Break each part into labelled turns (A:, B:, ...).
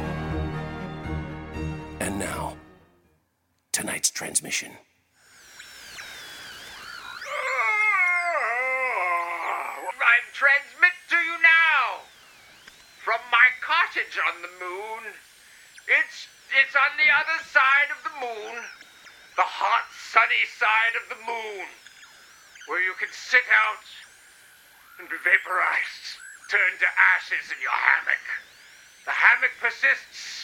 A: And now, tonight's transmission.
B: I transmit to you now from my cottage on the moon. It's it's on the other side of the moon, the hot sunny side of the moon, where you can sit out and be vaporized, turned to ashes in your hammock. The hammock persists,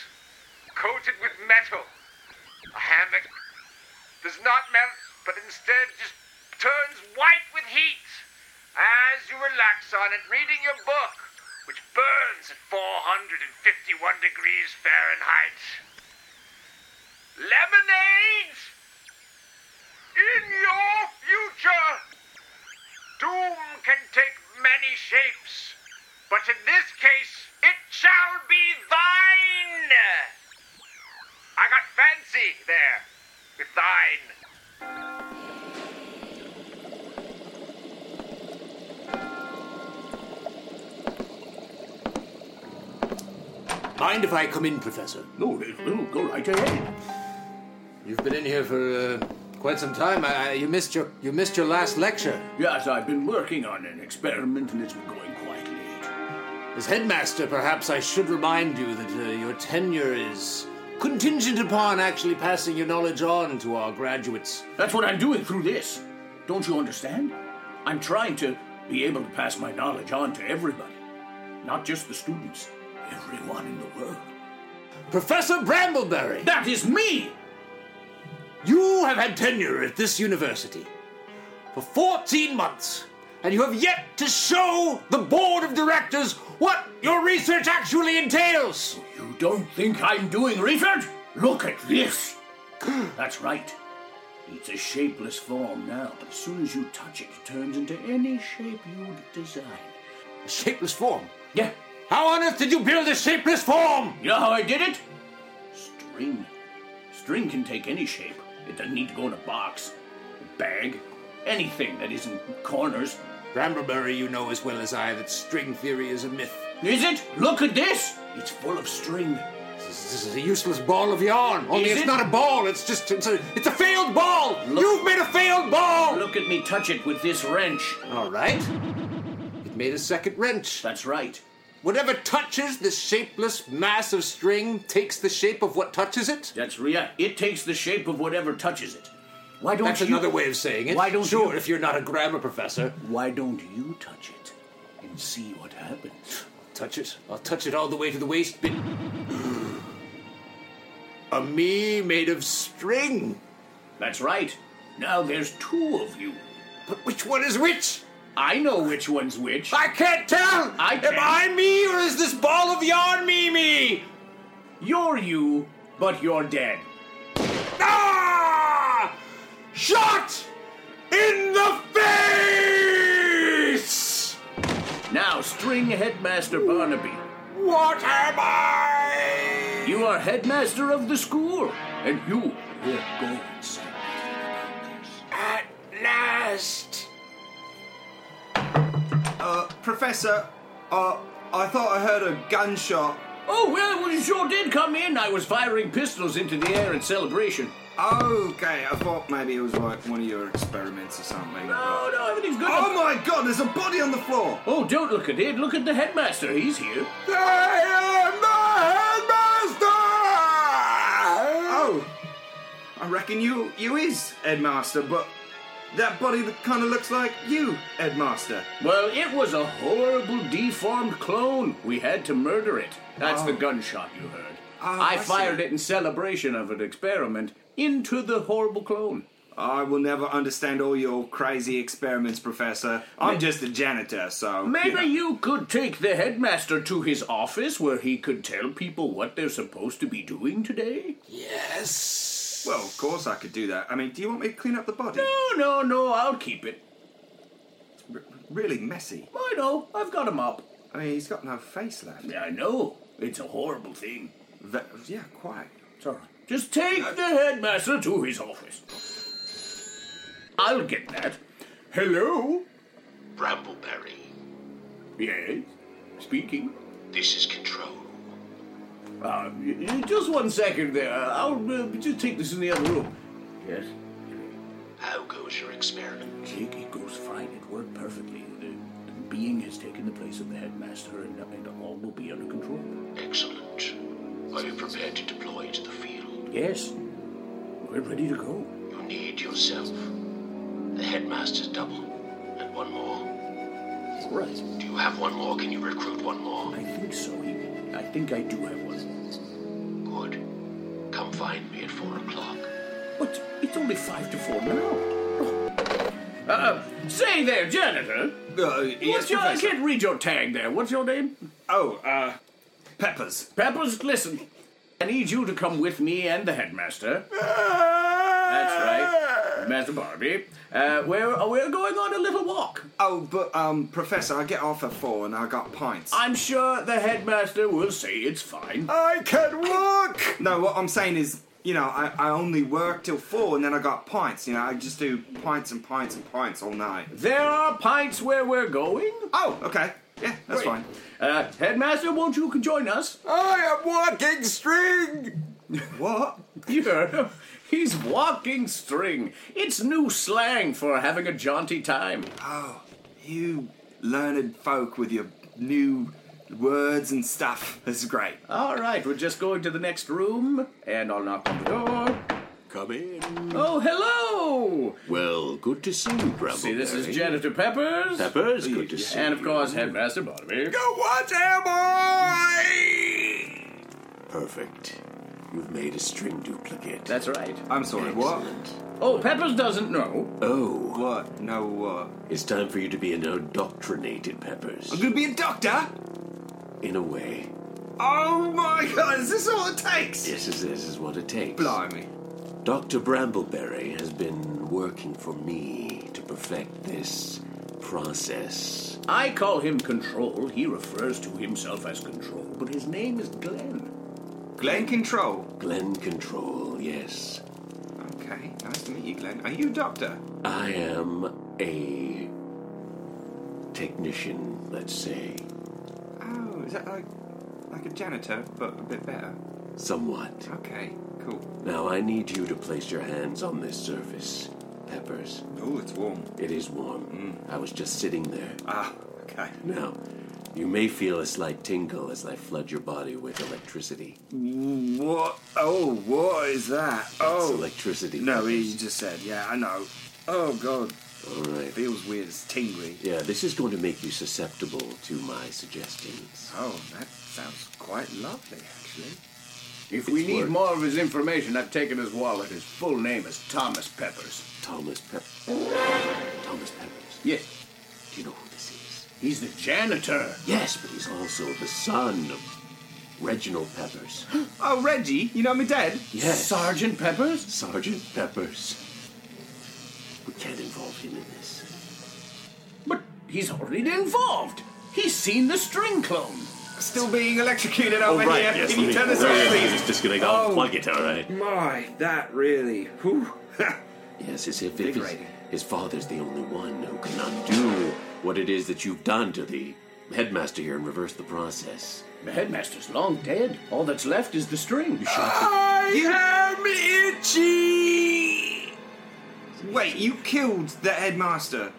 B: coated with metal. A hammock does not melt, but instead just turns white with heat as you relax on it reading your book, which burns at 451 degrees Fahrenheit. Lemonade! In your future, doom can take many shapes, but in this case, it shall be thine! I got fancy there with thine.
C: Mind if I come in, Professor?
D: No, no, go right ahead.
E: You've been in here for uh, quite some time. I, I, you missed your you missed your last lecture.
D: Yes, I've been working on an experiment and it's been going quite late.
E: As headmaster, perhaps I should remind you that uh, your tenure is contingent upon actually passing your knowledge on to our graduates.
D: That's what I'm doing through this. Don't you understand? I'm trying to be able to pass my knowledge on to everybody, not just the students, everyone in the world.
E: Professor Brambleberry,
D: That is me!
E: you have had tenure at this university for 14 months, and you have yet to show the board of directors what your research actually entails.
D: You don't think I'm doing research? Look at this! That's right. It's a shapeless form now, but as soon as you touch it, it turns into any shape you'd desire.
E: A shapeless form.
D: Yeah,
E: How on earth did you build a shapeless form?
D: you know how I did it? String. String can take any shape. It doesn't need to go in a box, a bag, anything that isn't corners.
E: Brambleberry, you know as well as I that string theory is a myth.
D: Is it? Look at this! It's full of string.
E: This this is a useless ball of yarn.
D: Is
E: Only it's
D: it?
E: not a ball. It's just it's a it's a failed ball.
D: Look-
E: You've made a failed ball.
D: Look at me touch it with this wrench.
E: All right. It made a second wrench.
D: That's right.
E: Whatever touches this shapeless mass of string takes the shape of what touches it.
D: That's real. It takes the shape of whatever touches it. Why don't
E: That's
D: you...
E: another way of saying it.
D: Why don't
E: sure
D: you-
E: if you're not a grammar professor.
D: Why don't you touch it and see what happens?
E: Touch it. I'll touch it all the way to the waist bit. a me made of string.
D: That's right. Now there's two of you.
E: But which one is which?
D: I know which one's which.
E: I can't tell.
D: I
E: Am
D: can.
E: I me or is this ball of yarn me me?
D: You're you, but you're dead.
E: Ah! Shot in the face!
D: Now, string headmaster Barnaby.
E: What am I?
D: You are headmaster of the school, and you will go and say nothing about this.
E: At last. Uh,
F: Professor, uh, I thought I heard a gunshot.
D: Oh, well, well, you sure did come in. I was firing pistols into the air in celebration.
F: Okay, I thought maybe it was like one of your experiments or something.
D: No, no, everything's good.
F: Oh my god, there's a body on the floor!
D: Oh, don't look at it. Look at the headmaster. He's here.
F: Oh, I reckon you you is headmaster, but that body that kind of looks like you, headmaster.
D: Well, it was a horrible deformed clone. We had to murder it. That's the gunshot you heard. I,
F: Ah. I see.
D: fired it in celebration of an experiment into the horrible clone.
F: I will never understand all your crazy experiments, Professor. I'm just a janitor, so you
D: Maybe
F: know.
D: you could take the headmaster to his office where he could tell people what they're supposed to be doing today?
E: Yes.
F: Well, of course I could do that. I mean, do you want me to clean up the body?
D: No, no, no, I'll keep it.
F: R- really messy.
D: I know, I've got him up.
F: I mean, he's got no face left.
D: I know, it's a horrible thing.
F: Ve- yeah, quite.
D: It's all right. Just take the headmaster to his office. I'll get that. Hello?
G: Brambleberry,
D: Yes, speaking.
G: this is Control.
D: Uh, y- y- just one second there. I'll uh, just take this in the other room. Yes?
G: How goes your experiment?
D: Jake, it goes fine. It worked perfectly. The, the being has taken the place of the headmaster, and, and all will be under control.
G: Excellent. Are you prepared to deploy to the field?
D: Yes, we're ready to go.
G: You need yourself, the headmaster's double, and one more.
D: Right.
G: Do you have one more? Can you recruit one more?
D: I think so. I think I do have one.
G: Good. Come find me at four o'clock.
D: But it's only five to four now. Oh. Uh, say there, janitor.
F: Uh, yes,
D: What's your, I
F: Professor.
D: can't read your tag there. What's your name?
F: Oh, uh, peppers.
D: Peppers, listen. I need you to come with me and the headmaster. That's right, Master Barbie. Uh, we're we're going on a little walk.
F: Oh, but um, Professor, I get off at four and I got pints.
D: I'm sure the headmaster will say it's fine.
F: I can walk. No, what I'm saying is, you know, I, I only work till four and then I got pints. You know, I just do pints and pints and pints all night.
D: There are pints where we're going.
F: Oh, okay. Yeah, that's fine.
D: Uh, headmaster, won't you join us?
E: I am walking string.
F: What?
D: You heard him. He's walking string. It's new slang for having a jaunty time.
F: You learned folk with your new words and stuff. This is great.
D: All right, we're just going to the next room, and I'll knock on the door.
G: Come in.
D: Oh, hello!
G: Well, good to see you, Brambleberry.
D: See, this is Janitor Peppers.
G: Peppers, good to see
D: And of course, Headmaster Barnaby.
E: What am I?
G: Perfect. You've made a string duplicate.
D: That's right.
F: I'm sorry, what?
D: Oh, Peppers doesn't know.
G: Oh,
F: What? No, what?
G: it's time for you to be indoctrinated, Peppers.
F: I'm gonna be a doctor?
G: In a way,
F: Oh my god, is this all it takes?
G: this is this is what it takes.
F: Blimey.
G: Dr. Brambleberry has been working for me to perfect this process.
D: I call him Control. He refers to himself as Control, but his name is Glenn.
F: Glenn Control.
G: Glen Control, Oh, yes.
F: Okay, nice to meet you, Glenn. Are you a doctor?
G: I am a technician, let's say,
F: Oh, is that like like a janitor, but a bit better?
G: somewhat.
F: Okay, cool.
G: Now I need you to place your hands on this surface, Peppers.
F: Oh, it's warm.
G: It is warm. I was just sitting there.
F: Ah, okay.
G: Now, you may feel a slight tingle as I flood your body with electricity.
F: What? Oh, what is that?
G: It's
F: Oh,
G: electricity.
F: no, he just said. Yeah, I know. Oh god,
G: All right.
F: feels weird. It's tingly.
G: Yeah, this is going to make you susceptible to my suggestions.
F: Oh, that sounds quite lovely, actually.
D: If we
G: It's
D: need
G: worked.
D: more of his information, I've taken his wallet. His full name is Thomas Peppers.
G: Thomas Pep. Thomas Peppers.
D: Yes,
G: Do you know who this is?
D: he's the janitor.
G: Yes, but he's also the son of Reginald Peppers.
F: Oh, Reggie, you know my dad?
G: Yes.
D: Sergeant Peppers?
G: Sergeant Peppers. We can't involve him in this.
D: But he's already involved. He's seen the string clone.
F: Still being electrocuted
H: Oh,
F: over here. Oh, Can you turn this off, please?
H: just gonna go
F: Oh.
H: plug it, alright.
F: My, that really. Whew.
G: Yes, as if it is,
F: Invigorating.
G: his father's the only one who can undo what it is that you've done to the headmaster here and reverse the process.
D: The headmaster's long dead. All that's left is the string.
F: I am itchy! Wait, you killed the headmaster?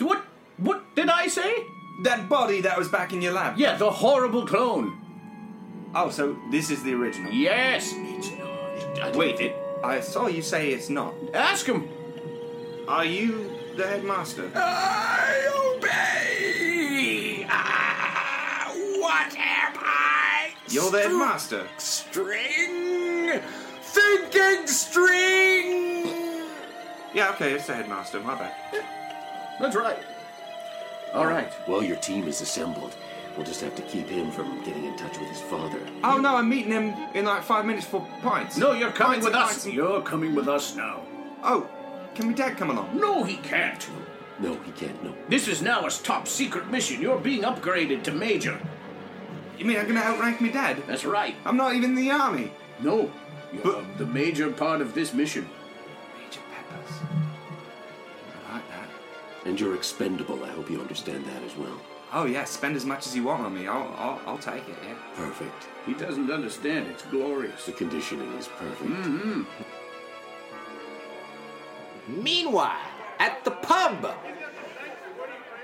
D: What? What did I say?
F: That body that was back in your lab?
D: Yeah, the horrible clone.
F: Oh, so this is the original?
D: Yes, it's not. I-
F: Wait, it, I saw you say it's not.
D: Ask him.
F: Are you the headmaster?
E: obey! oh, Ah, what am I?
F: You're the headmaster.
E: String? Thinking string!
F: Yeah, okay, it's the headmaster. My bad.
D: That's right. All right.
G: Well, your team is assembled. We'll just have to keep him from getting in touch with his father.
F: Oh no, I'm meeting him in like five minutes for pints.
D: No, you're coming
F: Pints
D: with
F: and
D: us.
F: pints and-
D: You're coming with us now.
F: Oh, can my dad come along?
D: No, he can't.
G: No, he can't. No.
D: This is now a top secret mission. You're being upgraded to major.
F: You mean I'm gonna outrank my dad?
D: That's right.
F: I'm not even in the army.
D: No, you're the major part of this mission.
F: Major Peppers. I like that.
G: And you're expendable. I hope you understand that as well.
F: Oh yeah, spend as much as you want on me. I'll I'll, I'll take it. Yeah.
G: Perfect.
D: He doesn't understand. It's glorious.
G: The conditioning is perfect.
E: Meanwhile, at the pub.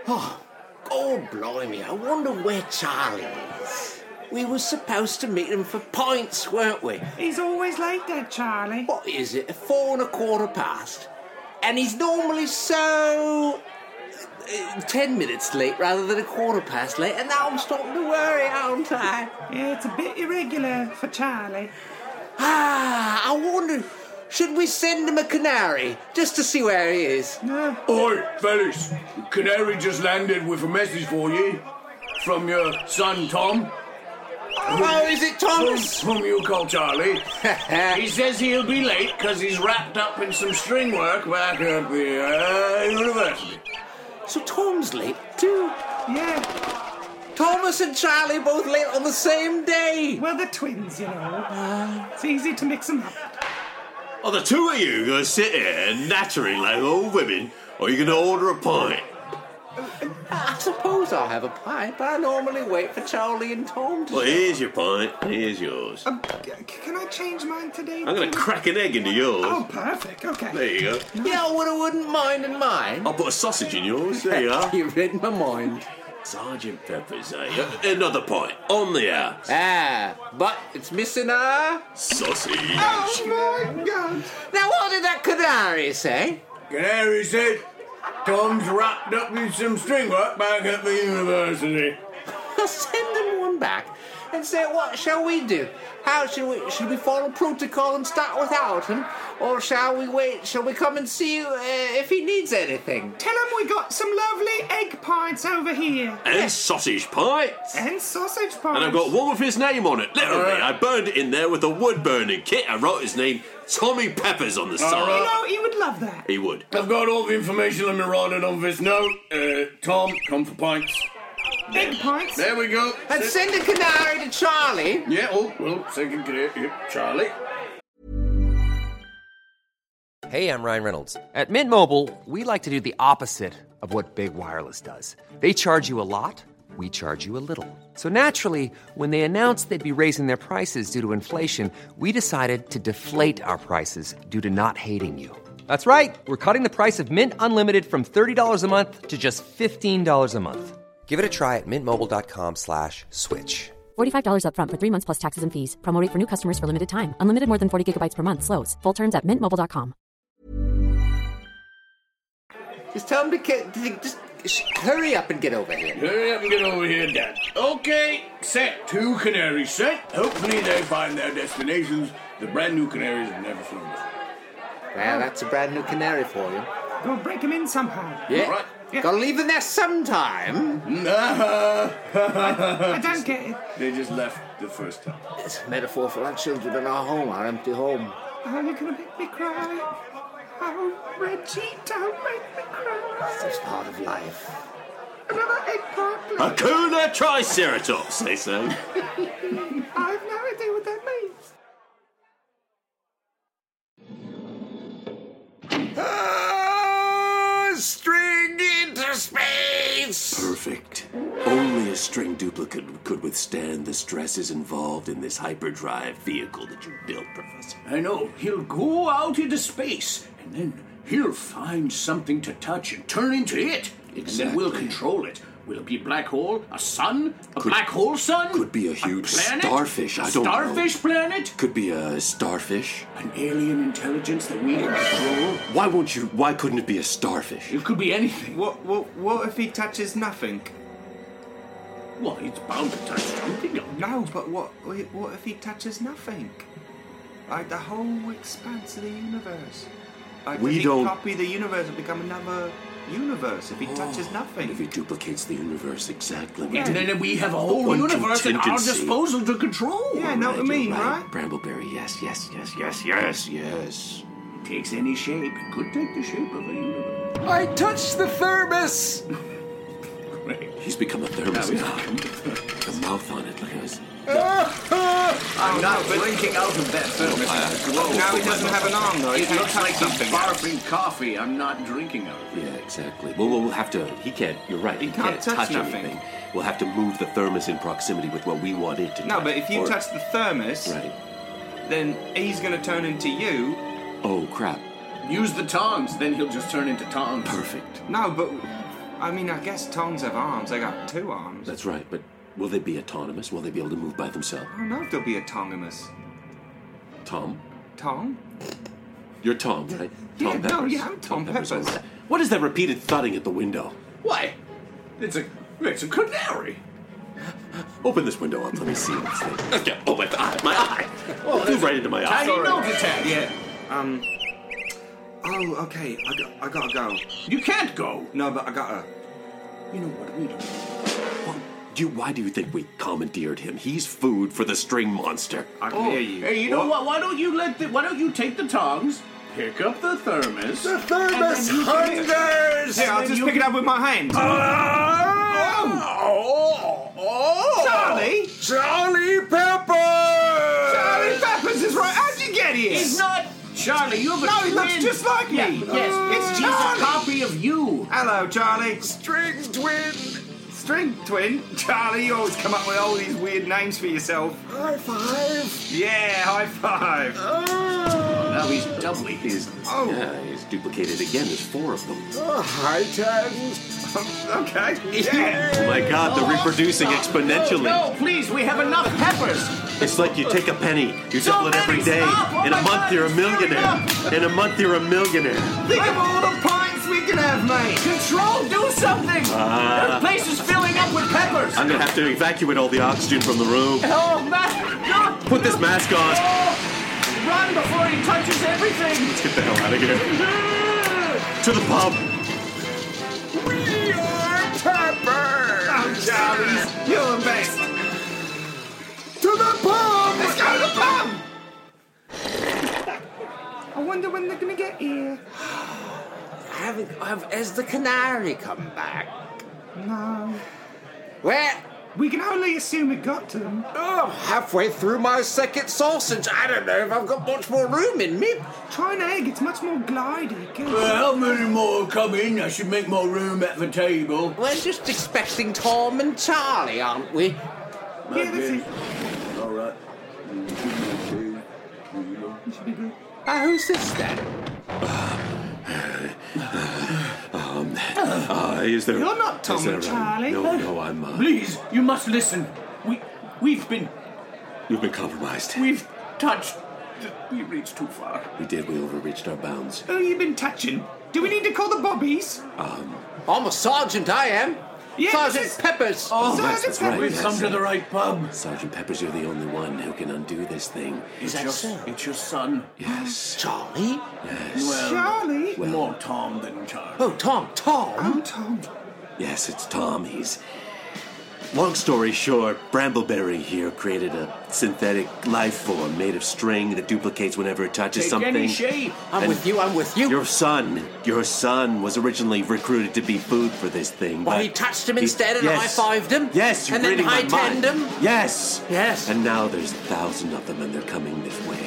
E: Oh, God blimey, I wonder where Charlie is. We were supposed to meet him for pints, weren't we?
F: He's always late, Dad Charlie.
E: What is it? Four and a quarter past. And he's normally so. uh, ten minutes late rather than a quarter past late, and now I'm starting to worry, aren't I?
F: Yeah, it's a bit irregular for Charlie.
E: Ah, I wonder, should we send him a canary just to see where he is?
F: No.
D: Oi, fellas. The canary just landed with a message for you. From your son, Tom.
E: Oh, is it Thomas?
D: Whom you call Charlie. he says he'll be late because he's wrapped up in some string work back at the uh, university.
E: So Tom's late too.
F: Yeah.
E: Thomas and Charlie both late on the same day.
F: Well, they're twins, you know.
G: Uh.
F: It's easy to mix them up.
G: Are Oh, the two of you going to sit here and nattering like old women, or are you going to order a pint?
E: I suppose I'll have a pint, but I normally wait for Charlie and Tom to.
G: Well, here's your pint. Here's yours.
F: Um, c- can I change mine today?
G: I'm going to crack an egg into yours.
F: Oh, perfect. Okay.
G: There you go.
E: Yeah, I would, I wouldn't mind in mine.
G: I'll put a sausage in yours. There you are.
E: You read my mind.
G: Sergeant Pepper's, eh? Another pint. On the hour.
E: Ah, but it's missing a.
G: Sausage.
F: Oh my God.
E: Now, what did that canary say?
D: Canary said Tom's wrapped up in some string work back at the university.
E: I'll send them one back and say, what shall we do? How shall we? Should we follow protocol and start without him, or shall we wait? Shall we come and see you uh, if he needs anything?
F: Tell him we got some lovely egg pints over here.
G: And sausage pints.
F: And sausage pints.
G: And I've got one with his name on it. Literally,
E: Uh.
D: Alright.
G: I burned it in there with a wood burning kit. I wrote his name, Tommy Peppers, on the
E: Uh.
G: side.
F: Oh, You know, he would love that.
G: He would.
D: I've got all the information I'm writing on this note. Uh, Tom, come for pints.
F: Egg pints.
D: There we go.
E: And send a canary to Charlie.
D: Yeah, oh, well, second career, yeah, Charlie.
I: Hey, I'm Ryan Reynolds. At Mint Mobile, we like to do the opposite of what Big Wireless does. They charge you a lot, we charge you a little. So naturally, when they announced they'd be raising their prices due to inflation, we decided to deflate our prices due to not hating you. That's right. We're cutting the price of Mint Unlimited from $30 a month to just $15 a month. Give it a try at mintmobile.com slash switch.
J: $45 upfront for three months plus taxes and fees. Promo rate for new customers for limited time. Unlimited more than 40 gigabytes per month. Slows. Full terms at mintmobile.com.
E: Just tell him to get. to- Just sh- hurry up and get over here.
D: Hurry up and get over here, Dad. Okay, set. Two canaries set. Hopefully they find their destinations. The brand new canaries have never flown before.
E: Well, that's a brand new canary for you.
F: We'll break him in somehow.
E: Yeah.
D: Alright.
E: Gotta leave the nest sometime.
D: Nah.
F: I don't get it.
D: they just left the first time.
E: It's a metaphor for our children and our home, our empty home.
F: Oh, you're gonna make me cry. Oh, Reggie, don't make me cry.
E: It's part of life.
F: Another egg pint, please.
G: Hakuna Triceratops, they say.
F: I have no idea what that means.
E: Ah, string into space!
G: a string duplicate could withstand the stresses involved in this hyperdrive vehicle that you built, Professor.
D: I know. He'll go out into space, and then he'll find something to touch and turn into it. And then we'll
G: Exactly.
D: control it. Will it be a black hole, a sun, a
G: Could-
D: black hole sun?
G: could be a huge
D: planet?
G: starfish, I don't know.
D: Starfish planet?
G: Could be a starfish.
D: An alien intelligence that we can control?
G: Why won't you? Why couldn't it be a starfish?
D: It could be anything.
F: What, what, what if he touches nothing?
D: Well, it's bound to touch something.
F: No, but what, what if he touches nothing? Like the whole expanse of the universe. Like
G: We
F: does he
G: don't- Oh,
F: copy the universe and become another universe if he touches nothing.
G: If it duplicates the universe exactly, we
D: And
G: did-
D: then we have a whole
G: One
D: universe at our
G: contingency.
D: disposal to control.
F: yeah, know what I
G: You're
F: mean,
G: right,
F: right?
G: Brambleberry. Yes, yes, yes, yes, yes, yes.
D: Takes any shape. It could take the shape of a universe.
I: I touched the thermos!
G: He's become a thermos now. A mouth on it, like I was.
F: I'm not
D: Breaking out of that thermos.
F: Oh, Now he doesn't have an arm though. He
D: It
F: can't
D: looks
F: touch
D: like he's
F: something. else.
D: barfing coffee. I'm not drinking out of it.
G: Yeah, exactly. Well, we'll have to. He can't. You're right. He,
F: can't touch nothing.
G: anything. We'll have to move the thermos in proximity with what we want it to.
F: No,
G: touch.
F: but if you
G: Or-
F: touch the thermos,
G: Right.
F: then he's going to turn into you.
G: Oh crap!
D: Use the tongs, then he'll just turn into tongs.
G: Perfect.
F: No, but I mean, I guess tongs have arms. They got two arms.
G: That's right. But will they be autonomous? Will they be able to move by themselves?
F: I don't know if they'll be autonomous.
G: Tom,
F: Tom?
G: you're Tom, right?
F: Yeah,
G: Tom
F: no,
G: Peppers.
F: yeah, I'm Tom Peppers.
G: all right. What is that repeated thudding at the window?
D: Why? It's a it's a canary.
G: Open this window up. Let me see this thing. Okay. Oh my eye! My eye! Oh, it flew right into my eye.
D: Tiny note attack.
F: Yeah. Um. Oh, okay. I, got, I gotta go.
D: You can't go.
F: No, but I gotta.
D: You know what we do?
G: What- Do you, why do you think we commandeered him? He's food for the string monster.
F: I can hear Oh, you.
D: Hey, you know what? Why don't you let the why don't you take the tongs, pick up the thermos. The
E: thermos hungers!
F: Here, I'll just pick it up with my hand.
E: Oh! Oh!
F: Charlie?
E: Charlie Pepper!
F: Charlie Peppers is right. How'd you get here?
D: He's not Charlie. You have a
F: No, he looks
D: twin.
F: just like me.
D: Oh,
F: Oh,
D: Yeah, yes,
F: It's
D: it's just
F: Charlie.
D: a copy of you.
F: Hello, Charlie.
E: String twin!
F: String twin. Charlie, you always come up with all these weird names for yourself.
E: High five!
F: Yeah, high five.
E: Oh,
D: Now he's doubly.
G: He's,
F: Oh.
G: yeah, he's duplicated again. There's four of them.
E: Oh, high times!
F: okay. Yeah.
G: Oh my god, they're reproducing exponentially.
D: Oh, No, no, please, we have enough peppers.
G: It's like you take a penny, you
D: So
G: double it every
D: many,
G: day.
D: stop! Oh
G: In a
D: my
G: month,
D: God,
G: you're a
D: it's
G: millionaire.
D: filling
G: In a month, you're a millionaire.
F: Think of all the pints we can have, mate.
D: Control, do something! Their place is filling up with peppers!
G: I'm gonna have to evacuate all the oxygen from the room.
D: oh, man! No,
G: Put this
D: no.
G: mask on.
D: Oh, run before he touches everything!
G: Let's get the hell out of here. To the pub.
E: We are Pepper!
F: Oh, Charlie, you're the best.
E: To the pub!
F: Let's go to the pub. I wonder when they're gonna get here.
E: Have, have, has the canary come back?
F: No.
E: Well,
F: We can only assume it got to them.
E: oh, I'm halfway through my second sausage. I don't know if I've got much more room in me.
F: Try an egg. It's much more glidey. Good.
D: How many more come in? I should make more room at the table.
E: We're just expecting Tom and Charlie, aren't we?
F: yeah, that's it.
D: All right.
E: Uh, who's this then?
G: Uh, is there?
F: You're not Tom
G: is there
F: and
G: a-
F: Charlie.
G: No, no, I'm. Uh,
D: Please, you must listen. We, we've been,
G: you've been compromised.
D: we've touched. We reached too far.
G: We did. We overreached our bounds.
F: Who you been touching? Do we need to call the bobbies?
E: I'm a sergeant, I am.
F: Yeah,
E: sergeant
F: this is-
E: Peppers.
G: Oh,
F: Sergeant
G: yes, that's right.
F: Pepper.
D: We've
G: yes.
D: come to the right pub.
G: Sergeant Peppers, you're the only one who can undo this thing.
D: Is that so? It's your son.
G: Yes.
E: Charlie?
G: Yes.
F: Charlie.
D: More Tom than Charlie.
E: Oh, Tom, Tom.
F: Oh, Tom.
G: Yes, it's Tom. He's. Long story short, Brambleberry here created a synthetic life form made of string that duplicates whenever it touches
D: Take
G: something.
D: any shape.
E: I'm
G: And
E: with you, I'm with you.
G: Your son, your son was originally recruited to be food for this thing.
E: Well,
G: but
E: he touched him
G: he-
E: instead and
G: yes,
E: high-fived him,
G: Yes, you're
E: and then
G: reading my mind.
E: high-tenned him.
G: Yes,
E: Yes.
G: And now there's a thousand of them, and they're coming this way.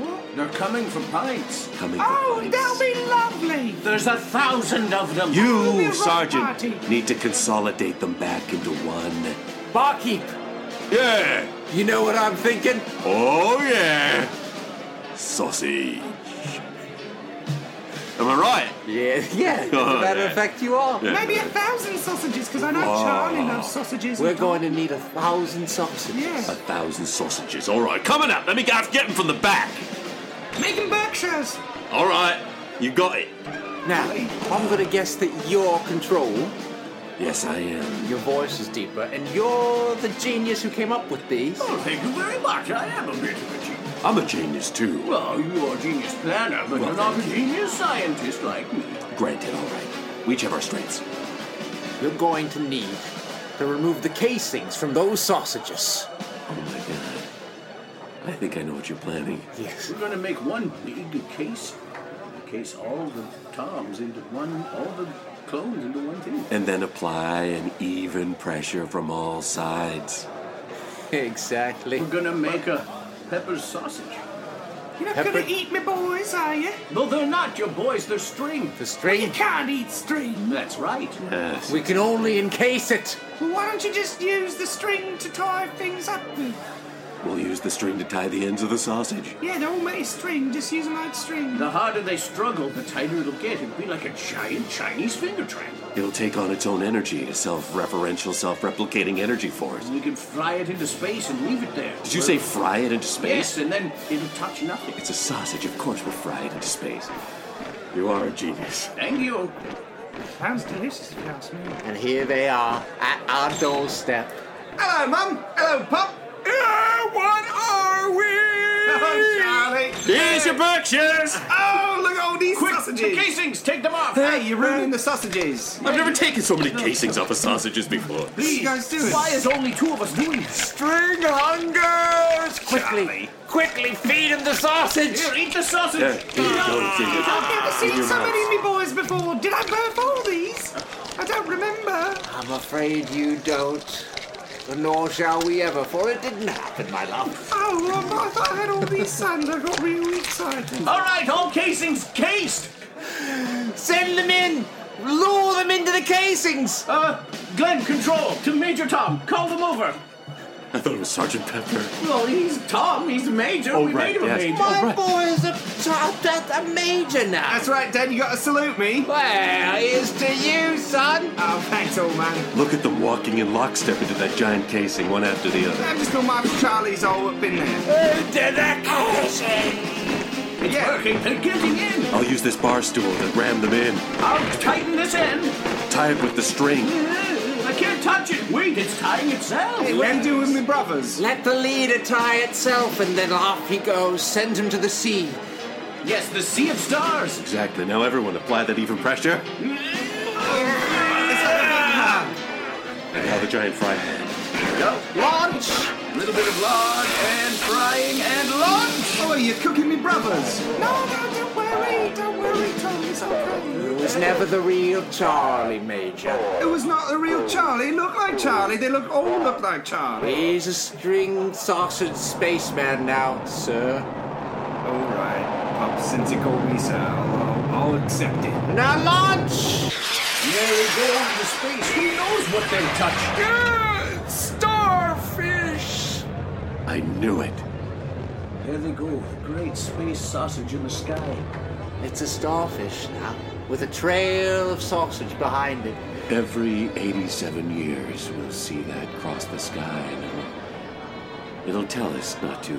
F: What?
D: They're coming from pints.
G: Coming from
E: Oh,
G: Pines.
H: Oh, they'll be lovely.
D: There's a thousand of them.
H: be a
G: You,
H: rock party.
G: Sergeant, need to consolidate them back into one.
E: Barkeep!
G: Yeah! You know what I'm thinking? Oh, yeah! Sausage. Am I right?
E: Yeah, yeah. As
G: Oh,
E: a matter
G: yeah.
E: of fact, you are.
G: Yeah.
H: Maybe a thousand sausages, because I know Charlie loves sausages.
E: We're going to need a thousand sausages.
G: A
H: Yeah.
G: thousand sausages. All right, coming up. Let me get them from the back.
H: Making Berkshires.
G: All right, you got it.
E: Now, I'm going to guess that you're control,
G: Yes, I am.
E: your voice is deeper, and you're the genius who came up with these.
D: Well, Oh, thank you very much. I am a bit of a genius.
G: I'm a genius too.
D: Well, you're a genius planner, but
G: Well,
D: you're not a
G: thank you.
D: genius scientist like me.
G: Granted, all right. We each have our strengths.
E: You're going to need to remove the casings from those sausages.
G: Oh my god. I think I know what you're planning.
E: Yes.
D: We're gonna make one big case. Case all the toms into one, all the clones into one thing.
G: And then apply an even pressure from all sides.
E: Exactly.
D: We're gonna make a pepper's sausage.
H: You're not
E: Pepper-
H: going to eat me, boys, are you?
D: No, they're not your boys. They're string.
E: The
H: You
E: string,
H: can't eat string.
D: That's right.
G: Yes.
E: we can only encase it.
H: Well, why don't you just use the string to tie things up with?
G: We'll use the string to tie the ends of the sausage.
H: Yeah, they're all made of string. Just use them out of string.
D: The harder they struggle, the tighter it'll get. It'll be like a giant Chinese finger trap.
G: It'll take on its own energy, a self referential, self replicating energy force.
D: We can fly it into space and leave it there.
G: Did you say fry it into space?
D: Yes, and then it'll touch nothing.
G: It's a sausage, of course we'll fry it into space. You are a genius.
D: Thank you.
H: Sounds delicious, if you ask me.
E: And here they are at our doorstep.
F: Hello, Mum. Hello, Pop.
G: what are
F: Hello, Charlie.
G: Here's your Berkshires!
E: Ah,
F: Oh, look at all these
D: Quick, uh, the
F: sausages.
D: casings, take them off.
F: Hey, you're ruining the sausages.
G: I've never taken so many casings off of sausages before.
F: What are you guys doing?
D: Why is only two of us doing this?
E: String hungers! Quickly, quickly feed him the sausage!
D: Here, eat the sausage.
G: Yeah, here you go, it's in your-
H: I've
G: in
H: never seen
G: your
H: so
G: mouth.
H: many of me boys before. Did I birth all these? I don't remember.
E: I'm afraid you don't. Nor shall we ever, for it didn't happen, my love.
H: Oh, well, I thought I had all these sons. I got real excited.
D: All right, all casings cased.
E: Send them in! Lure them into the casings!
D: Uh, Glenn, control to Major Tom. Call them over.
G: I thought it was Sergeant Pepper.
D: Well, he's Tom. He's a major.
G: Oh,
D: we
G: right,
D: made him
G: yes.
D: a major.
E: My boy is a, a, a major now.
F: That's right, Dad. You gotta salute me.
E: Well, here's to you, son.
F: Oh, thanks, old man.
G: Look at them walking in lockstep into that giant casing, one after the other.
F: I'm just gonna mark Charlie's all up in there.
D: It's working. They're getting in.
G: I'll use this bar stool to ram them in.
D: I'll tighten this end. Mm,
G: Tie it with the string.
D: I can't touch it. Wait, it's tying itself.
F: Hey, what are you doing with me brothers?
E: Let the leader tie itself, and then off he goes. Send him to the sea.
D: Yes, the sea of stars.
G: Exactly. Now everyone apply that even pressure. And now the giant fry hand.
D: Go.
E: Launch!
D: A little bit of lard and frying and lunch.
F: Oh, you're cooking me brothers.
H: No, no, don't worry. Don't worry, Tom. It's
E: It
H: okay.
E: was never the real Charlie, Major.
F: It was not the real Charlie. He looked like Charlie. They look all look like Charlie.
E: He's a string sausage spaceman now, sir.
F: All right, Pop. Since you called me sir, I'll, I'll accept it.
E: Now launch!
D: There we go into space. Who knows what they're touching?
E: Starfish!
G: I knew it.
D: There they go. The great space sausage in the sky.
E: It's a starfish now, with a trail of sausage behind it.
G: Every 87 years, we'll see that cross the sky, and it'll, it'll tell us not to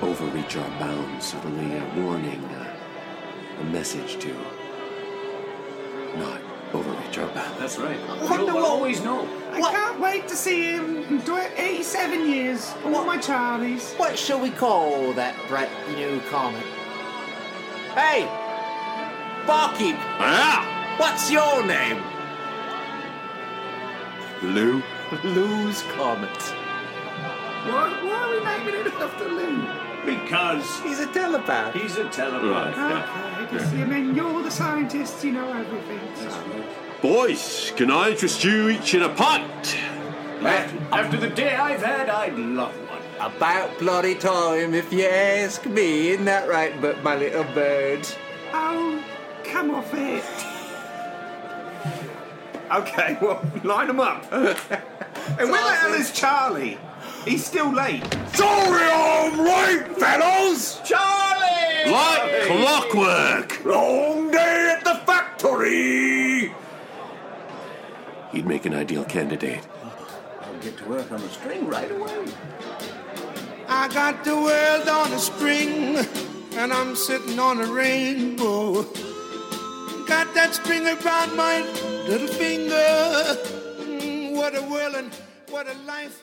G: overreach our bounds. It'll lay a warning, a, a message to not overreach our bounds.
D: That's right.
H: Wonder
D: You'll
H: what-
D: always know.
H: I can't wait to see him. Do it 87 years. All
E: What?
H: my Charlies.
E: What shall we call that bright new comet? Hey! Barkeep,
G: Ah!
E: what's your name?
G: Lou?
E: Lou's Comet.
F: Why, why are we naming it after Lou?
D: Because
E: He's a telepath.
D: he's a telepath.
H: Okay, just, I mean, you're the scientist. You know everything. So.
G: Boys, can I interest you each in a pot?
D: After, after the day I've had, I'd love one.
K: About bloody time, if you ask me. Isn't that right, but my little bird?
L: Oh, come off it.
M: Okay, well, line them up. and where the hell is Charlie? He's still late.
N: Sorry, I'm late, fellas!
M: Charlie!
N: Like clockwork! Long day at the factory!
O: He'd make an ideal candidate.
P: I'll get to work on the string right away.
F: I got the world on a string, and I'm sitting on a rainbow. Got that string around my little finger. Mm, what a world and what a life.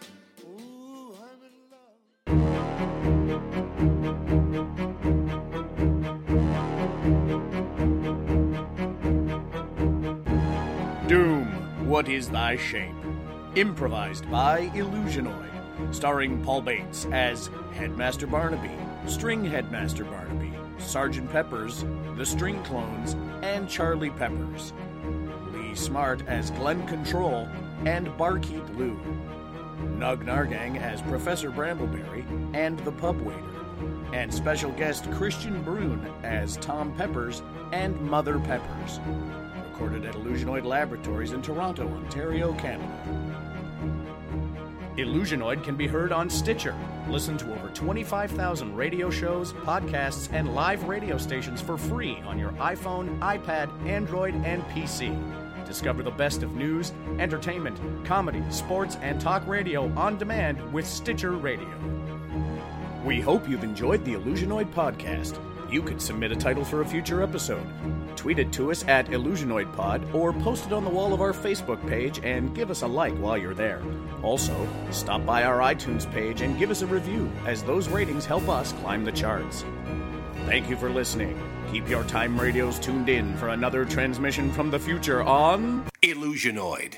D: Doom, What is Thy Shape? Improvised by Illusionoid, starring Paul Bates as Headmaster Barnaby, String Headmaster Barnaby, Sergeant Peppers, The String Clones, and Charlie Peppers. Lee Smart as Glenn Control and Barkeep Lou. Nug Nargang as Professor Brambleberry and the Pub Waiter. And special guest Christian Brune as Tom Peppers and Mother Peppers recorded at Illusionoid Laboratories in Toronto, Ontario, Canada. Illusionoid can be heard on Stitcher. Listen to over 25,000 radio shows, podcasts, and live radio stations for free on your iPhone, iPad, Android, and PC. Discover the best of news, entertainment, comedy, sports, and talk radio on demand with Stitcher Radio. We hope you've enjoyed the Illusionoid podcast. You could submit a title for a future episode. Tweet it to us at IllusionoidPod or post it on the wall of our Facebook page and give us a like while you're there. Also, stop by our iTunes page and give us a review, as those ratings help us climb the charts. Thank you for listening. Keep your time radios tuned in for another transmission from the future on
G: Illusionoid.